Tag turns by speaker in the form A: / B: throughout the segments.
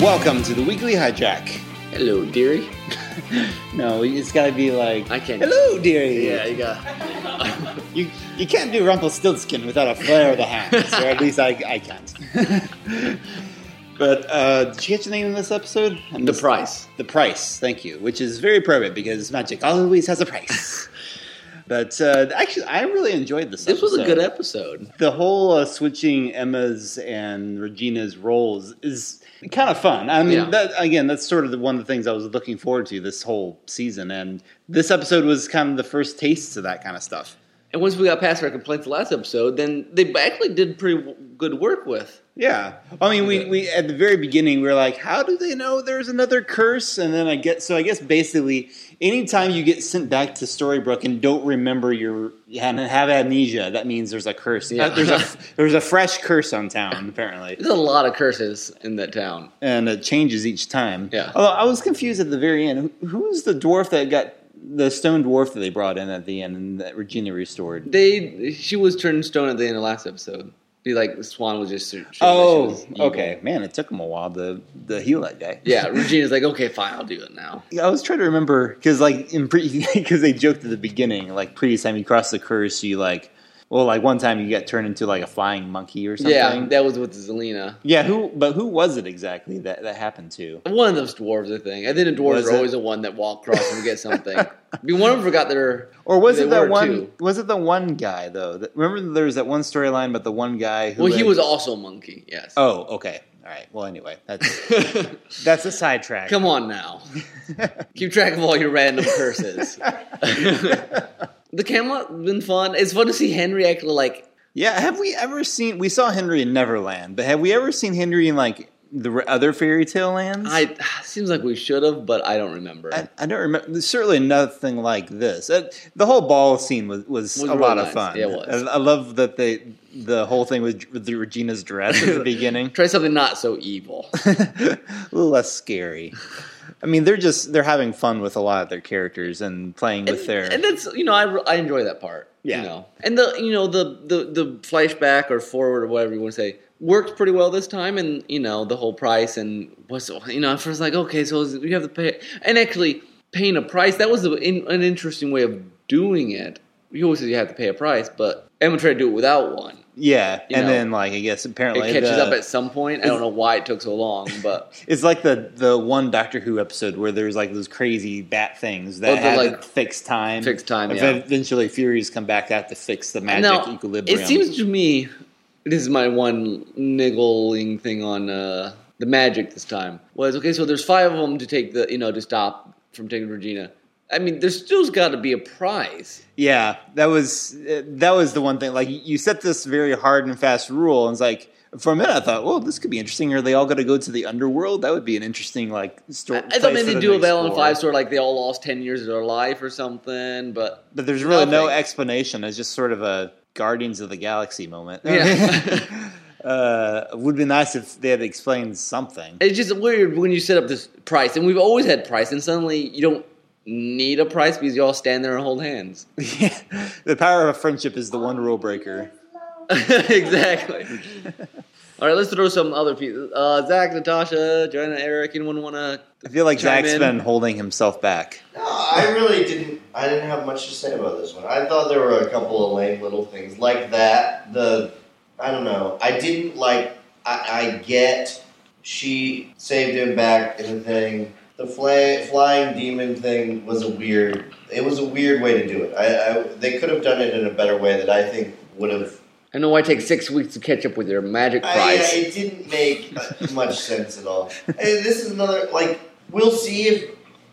A: Welcome to the weekly hijack.
B: Hello, dearie.
A: No, it's got to be like,
B: I can't-
A: Hello, dearie.
B: Yeah, you got.
A: You you can't do Rumpelstiltskin without a flare of the hands, or at least I, I can't. but uh, did you get the name of this episode? I'm
B: the
A: just-
B: price.
A: The price, thank you, which is very appropriate because magic always has a price. but uh, actually, I really enjoyed this.
B: This was a
A: episode.
B: good episode.
A: The whole uh, switching Emma's and Regina's roles is kind of fun. I mean,
B: Yeah.
A: that, again, that's sort of the, one of the things I was looking forward to this whole season, and this episode was kind of the first taste of that kind of stuff.
B: And once we got past our complaints last episode, then they actually did pretty w- good work with.
A: Yeah, I mean, we,
B: Okay.
A: we at the very beginning we were like, how do they know there's another curse? And then I get so I guess basically, anytime you get sent back to Storybrooke and don't remember your and have amnesia, that means there's a curse.
B: Yeah.
A: there's a there's a fresh curse on town apparently.
B: There's a lot of curses in that town.
A: and it changes each time.
B: Yeah.
A: Although I was confused at the very end. Who, who's the dwarf that got the stone dwarf that they brought in at the end and that Regina restored?
B: They she was turned stone at the end of last episode. Be like Swan was just. showing that she
A: Oh,
B: was evil.
A: okay. Man, it took him a while to, to heal that guy.
B: Yeah, Regina's like, okay, fine, I'll do it now.
A: I was trying to remember because, like, in because they joked at the beginning, like, previous time you cross the curse, you like, well, like one time you got turned into like a flying monkey or something.
B: Yeah, that was with Zelina.
A: yeah. Who? But who was it exactly that that happened to?
B: One of those dwarves, I think. I think the dwarves
A: Was
B: are
A: it?
B: always the one that walk across and get something. I mean, one of them forgot their.
A: Or was
B: They
A: it that
B: were,
A: one?
B: too.
A: Was it the one guy though? That, remember, there was that one storyline about the one guy who.
B: Well, he
A: like-
B: was also a monkey. Yes.
A: Oh, okay. All right. Well, anyway, that's that's a sidetrack.
B: Come on now. Keep track of all your random curses. the Camelot been fun. It's fun to see Henry actually like
A: Yeah, have we ever seen? We saw Henry in Neverland, but have we ever seen Henry in like the r- other fairy tale lands?
B: I seems like we should have, but I don't remember.
A: I, I don't remember. Certainly nothing like this. Uh, the whole ball scene was, was,
B: Was
A: a
B: real
A: lot of
B: nice.
A: fun.
B: Yeah, it was.
A: I, I love that they the whole thing with, with the Regina's dress at the beginning.
B: Try something not so evil.
A: a little less scary. I mean, they're just they're having fun with a lot of their characters and playing with their.
B: and that's you know I, re- I enjoy that part.
A: Yeah.
B: You know, and the you know the the the flashback or forward or whatever you want to say worked pretty well this time, and you know the whole price and what's you know at first like okay so is- you have to pay and actually paying a price that was a, in, an interesting way of doing it. You always say you have to pay a price, but Emma tried to do it without one.
A: yeah,
B: you
A: and
B: know,
A: then like I guess
B: It
A: apparently
B: catches
A: the-
B: up at some point. I don't know why it took so long, but
A: It's like the the one Doctor Who episode where there's like those crazy bat things
B: Oh,
A: that
B: the,
A: have
B: like,
A: a fixed time.
B: fixed time,
A: Ev-
B: yeah.
A: Eventually, Furies come back out to fix the magic
B: Now,
A: equilibrium.
B: It seems to me, this is my one niggling thing on uh, the magic this time. Was okay, so there's five of them to take the, you know, to stop from taking Regina. I mean, there's still's got to be a prize.
A: yeah, that was uh, that was the one thing. Like you set this very hard and fast rule, and it's like for a minute I thought, well, this could be interesting. Are they all going to go to the underworld? That would be an interesting like
B: I,
A: story.
B: I thought maybe do a Battle on Five sort of like they all lost 10 years of their life or something, but
A: but there's really no
B: Nothing.
A: explanation. It's just sort of a Guardians of the Galaxy moment.
B: Yeah.
A: uh, it would be nice if they had explained something.
B: it's just weird when you set up this price. And we've always had price, and suddenly you don't need a price because you all stand there and hold hands.
A: Yeah. the power of friendship is the one rule breaker.
B: exactly. All right, let's throw some other people. Uh, Zach, Natasha, Joanna, Eric. Anyone want to?
A: I feel like
B: Chime
A: Zach's
B: in.
A: been holding himself back.
C: No, I really didn't. I didn't have much to say about this one. I thought there were a couple of lame little things like that. The I don't know. I didn't like. I, I get she saved him back in the thing. The fly, flying demon thing was a weird. It was a weird way to do it. I, I they could have done it in a better way that I think would have.
B: I know I take six weeks to catch up with your magic
C: I, Uh, yeah,
B: prize.
C: it didn't make much sense at all. And this is another like we'll see if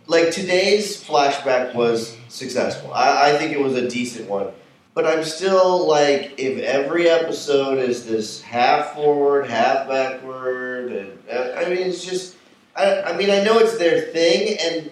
C: like today's flashback was successful. I, I think it was a decent one. But I'm still like, if every episode is this half forward, half backward, and uh, I I mean, it's just, I, I mean, I know it's their thing, and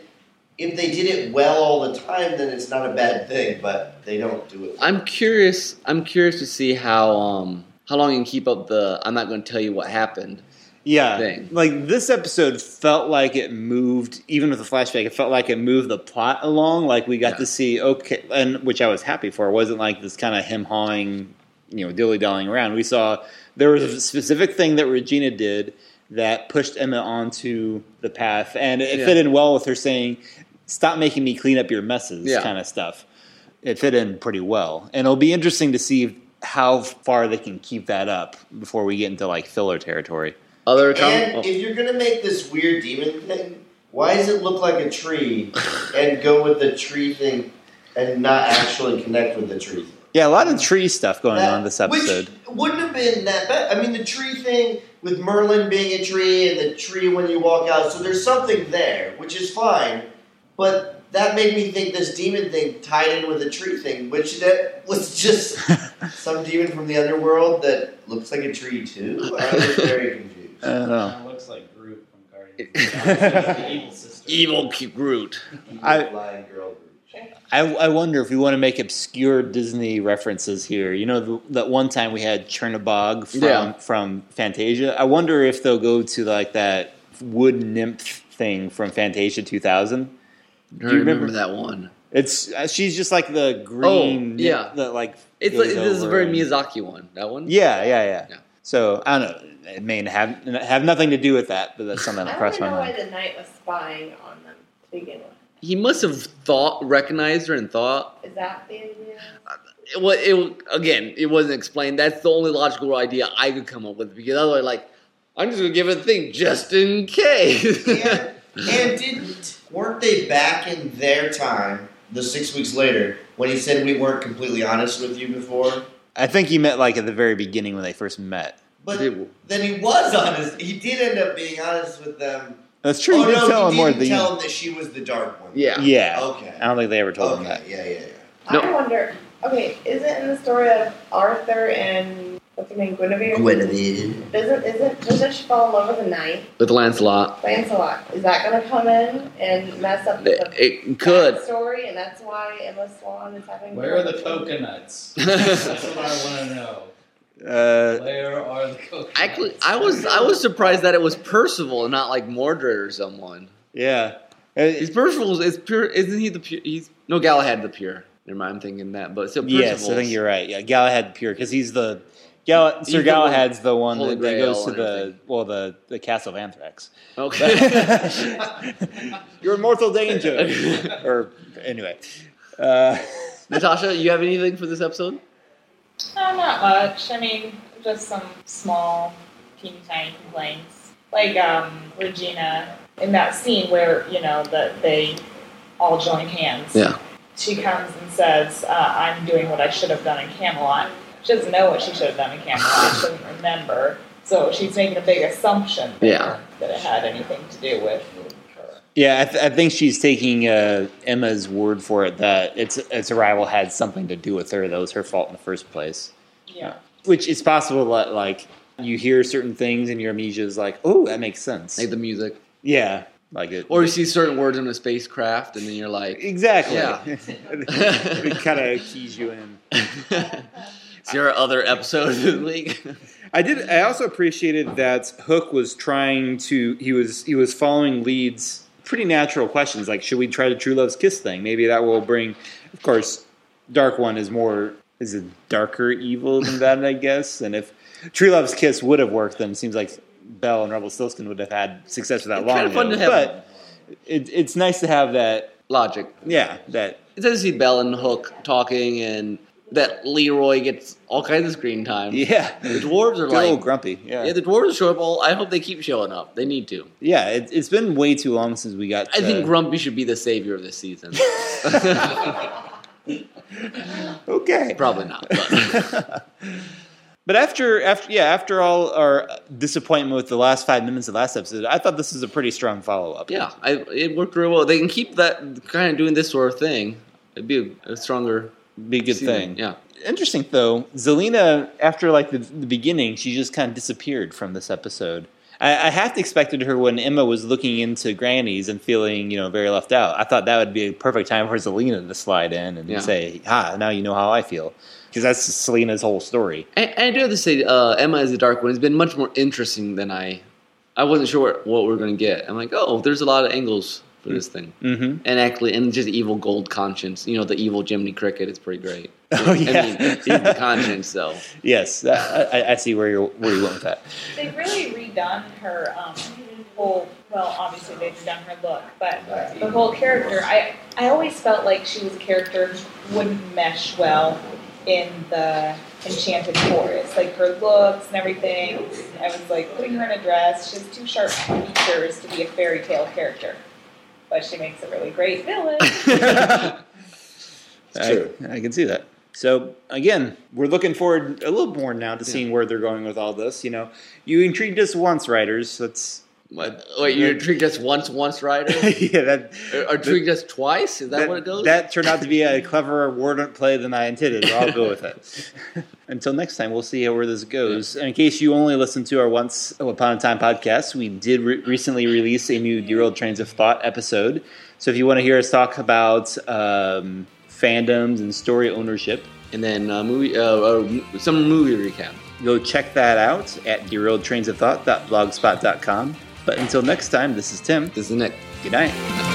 C: if they did it well all the time, then it's not a bad thing. But they don't do it.
B: I'm curious. I'm curious to see how um how long you can keep up the. I'm not going to tell you what happened.
A: Yeah.
B: Thing.
A: Like this episode felt like it moved, even with the flashback, it felt like it moved the plot along. Like we got
B: Yeah.
A: to see, okay, and which I was happy for. It wasn't like this kind of him hawing, you know, dilly dallying around. We saw there was a specific thing that Regina did that pushed Emma onto the path, and it
B: Yeah.
A: fit in well with her saying, "Stop making me clean up your messes,"
B: Yeah.
A: kind of stuff. It fit in pretty well, and it'll be interesting to see how far they can keep that up before we get into like filler territory.
B: Other
C: And
B: com- oh.
C: if you're gonna make this weird demon thing, why does it look like a tree and go with the tree thing and not actually connect with the tree thing?
A: Yeah, a lot of tree stuff going
C: That-
A: on this episode.
C: Which wouldn't have been that bad. I mean, the tree thing with Merlin being a tree and the tree when you walk out, so there's something there, which is fine. But that made me think this demon thing tied in with the tree thing, which that was just some demon from the underworld that looks like a tree too. I was very confused.
A: I don't know.
D: Kinda looks like Groot from Guardians. of the Galaxy, the evil sister.
B: Evil K- Groot.
A: I-
C: Flying girl group.
A: I, I wonder if we want to make obscure Disney references here. You know, the, that one time we had Chernabog from,
B: Yeah.
A: from Fantasia. I wonder if they'll go to like that wood nymph thing from Fantasia 2000.
B: Do
A: you
B: you remember,
A: remember-
B: that one?
A: It's uh, she's just like the green, nymph
B: Oh, yeah.
A: that like
B: It's
A: goes
B: like, this is a
A: over
B: very
A: and-
B: Miyazaki one. That one.
A: Yeah, yeah, yeah,
B: Yeah.
A: So I don't know. It may have have nothing to do with that, but that's something
E: I
A: that
E: don't
A: crossed
E: even
A: my
E: know why
A: mind.
E: the knight was spying on them to begin with.
B: He must have thought, recognized her, and thought.
E: Is that the idea?
B: It was, it again. It wasn't explained. That's the only logical idea I could come up with because otherwise, like, I'm just gonna give it a thing just in case.
C: and, and didn't weren't they back in their time the six weeks later when he said we weren't completely honest with you before
A: I think you meant like at the very beginning when they first met.
C: but
B: They were-
C: then he was honest he did end up being honest with them
A: That's true.
C: oh
A: you did
C: no
A: tell him
C: he
A: more
C: didn't
A: at the
C: tell
A: end.
C: him that she was the dark one
B: yeah.
A: Yeah.
C: okay
A: I don't think they ever told him that.
C: okay yeah yeah
B: No.
C: yeah
E: I wonder. Okay, isn't in the story of Arthur and what's her name, Guinevere?
C: Guinevere.
E: Doesn't isn't doesn't she fall in love with a knight,
B: With Lancelot,
E: Lancelot? Is that going to come in and mess up
B: it,
E: the
B: it could.
E: story? And that's why Emma Swan is having.
D: Where are the coconuts? That's what I want to know.
A: Uh,
D: Where are the coconuts?
B: Actually, I was I was surprised that it was Percival and not like Mordred or someone.
A: yeah. Uh,
B: He's Percival is pure. Isn't he the pure? He's no Galahad the pure. Never mind, I'm thinking that. But so Percival.
A: yes, I think you're right. Yeah, Galahad pure because he's the Gal-
B: He's
A: Sir
B: the
A: Galahad's the one
B: Holy
A: that, that
B: Grail
A: goes to
B: and
A: the
B: everything.
A: well the the castle of Anthrax.
B: okay.
A: You're in mortal danger. or anyway, uh,
B: Natasha, you have anything for this episode?
F: No, not much. I mean, just some small, teeny tiny complaints. Like um, Regina in that scene where you know that they all join hands.
B: Yeah.
F: She comes and says, uh, "I'm doing what I should have done in Camelot." She doesn't know what she should have done in Camelot. She doesn't remember, so she's making a big assumption. there
B: Yeah.
F: That it had anything to do with her.
A: yeah, I, th- I think she's taking uh, Emma's word for it that its its arrival had something to do with her. That was her fault in the first place.
F: Yeah.
A: Which it's possible that like you hear certain things and your amnesia is like, oh, that makes sense.
B: Like the music,
A: Yeah, like it.
B: or you see certain words in a spacecraft, and then you're like,
A: Exactly.
B: Yeah.
A: it kind of keys you in.
B: "Is there other episode of the league?"
A: I did. I also appreciated that Hook was trying to. He was he was following leads. Pretty natural questions like, should we try the True Love's Kiss thing? Maybe that will bring. Of course, Dark One is more is a darker evil than that, I guess. And if True Love's Kiss would have worked, then it seems like Bell and Rebel Stilskin would have had success with that
B: It's
A: long.
B: kinda fun
A: ago.
B: to have-
A: but it, it's nice to have that.
B: Logic.
A: Yeah, that
B: It's nice to see Bell and Hook talking, and that Leroy gets all kinds of screen time.
A: yeah.
B: The dwarves are
A: They're a little
B: like,
A: grumpy. Yeah,
B: yeah, the dwarves show up. All I hope they keep showing up. They need to.
A: yeah. It, it's been way too long since we got.
B: I
A: to-
B: think Grumpy should be the savior of this season.
A: okay,
B: Probably not. But.
A: But after after yeah, after all our disappointment with the last five minutes of last episode, I thought this was a pretty strong follow up.
B: Yeah, I, it worked very well. They can keep that kind of doing this sort of thing. It'd be a, a stronger
A: Be a good
B: season.
A: thing.
B: Yeah,
A: Interesting though, Zelina after like the, the beginning, she just kind of disappeared from this episode. I, I half expected her when Emma was looking into Granny's and feeling you know very left out. I thought that would be a perfect time for Zelina to slide in and
B: Yeah.
A: say, "Ha, now you know how I feel," because that's Zelina's whole story.
B: and, and I do have to say, uh, Emma is a dark one. It's been much more interesting than I. I wasn't sure what, what we are going to get. I'm like, oh, there's a lot of angles for for this thing.
A: Mm-hmm.
B: And actually, and just evil gold conscience. You know, the evil Jiminy Cricket is pretty great.
A: Oh, yeah.
B: I mean, it's evil conscience though.
A: Yes, that, I, I see where you're where you went with that.
F: They've really redone her um, whole. Well, obviously they've redone her look, but the whole character. I I always felt like she was a character who wouldn't mesh well in the Enchanted Forest, like her looks and everything. I was like putting her in a dress. She has too sharp features to be a fairy tale character, but she makes a really great villain.
A: I,
C: true.
A: I can see that. So again, we're looking forward a little more now to seeing where they're going with all this. You know, you intrigued us once, writers. That's
B: What? Wait, you intrigued us once, once, Ryder?
A: yeah, that
B: Or, or intrigued us twice? Is that, what it goes?
A: That turned out to be a cleverer word play than I intended. But I'll go with it. Until next time, we'll see how where this goes. And in case you only listened to our Once Upon a Time podcast, we did re- recently release a new Dear Old Trains of Thought episode. So if you want to hear us talk about um, fandoms and story ownership,
B: and then uh, movie, uh, uh, m- some movie recap.
A: go check that out at dearoldtrainsofthought.blogspot.com. But until next time, this is Tim.
B: This is Nick.
A: Good night.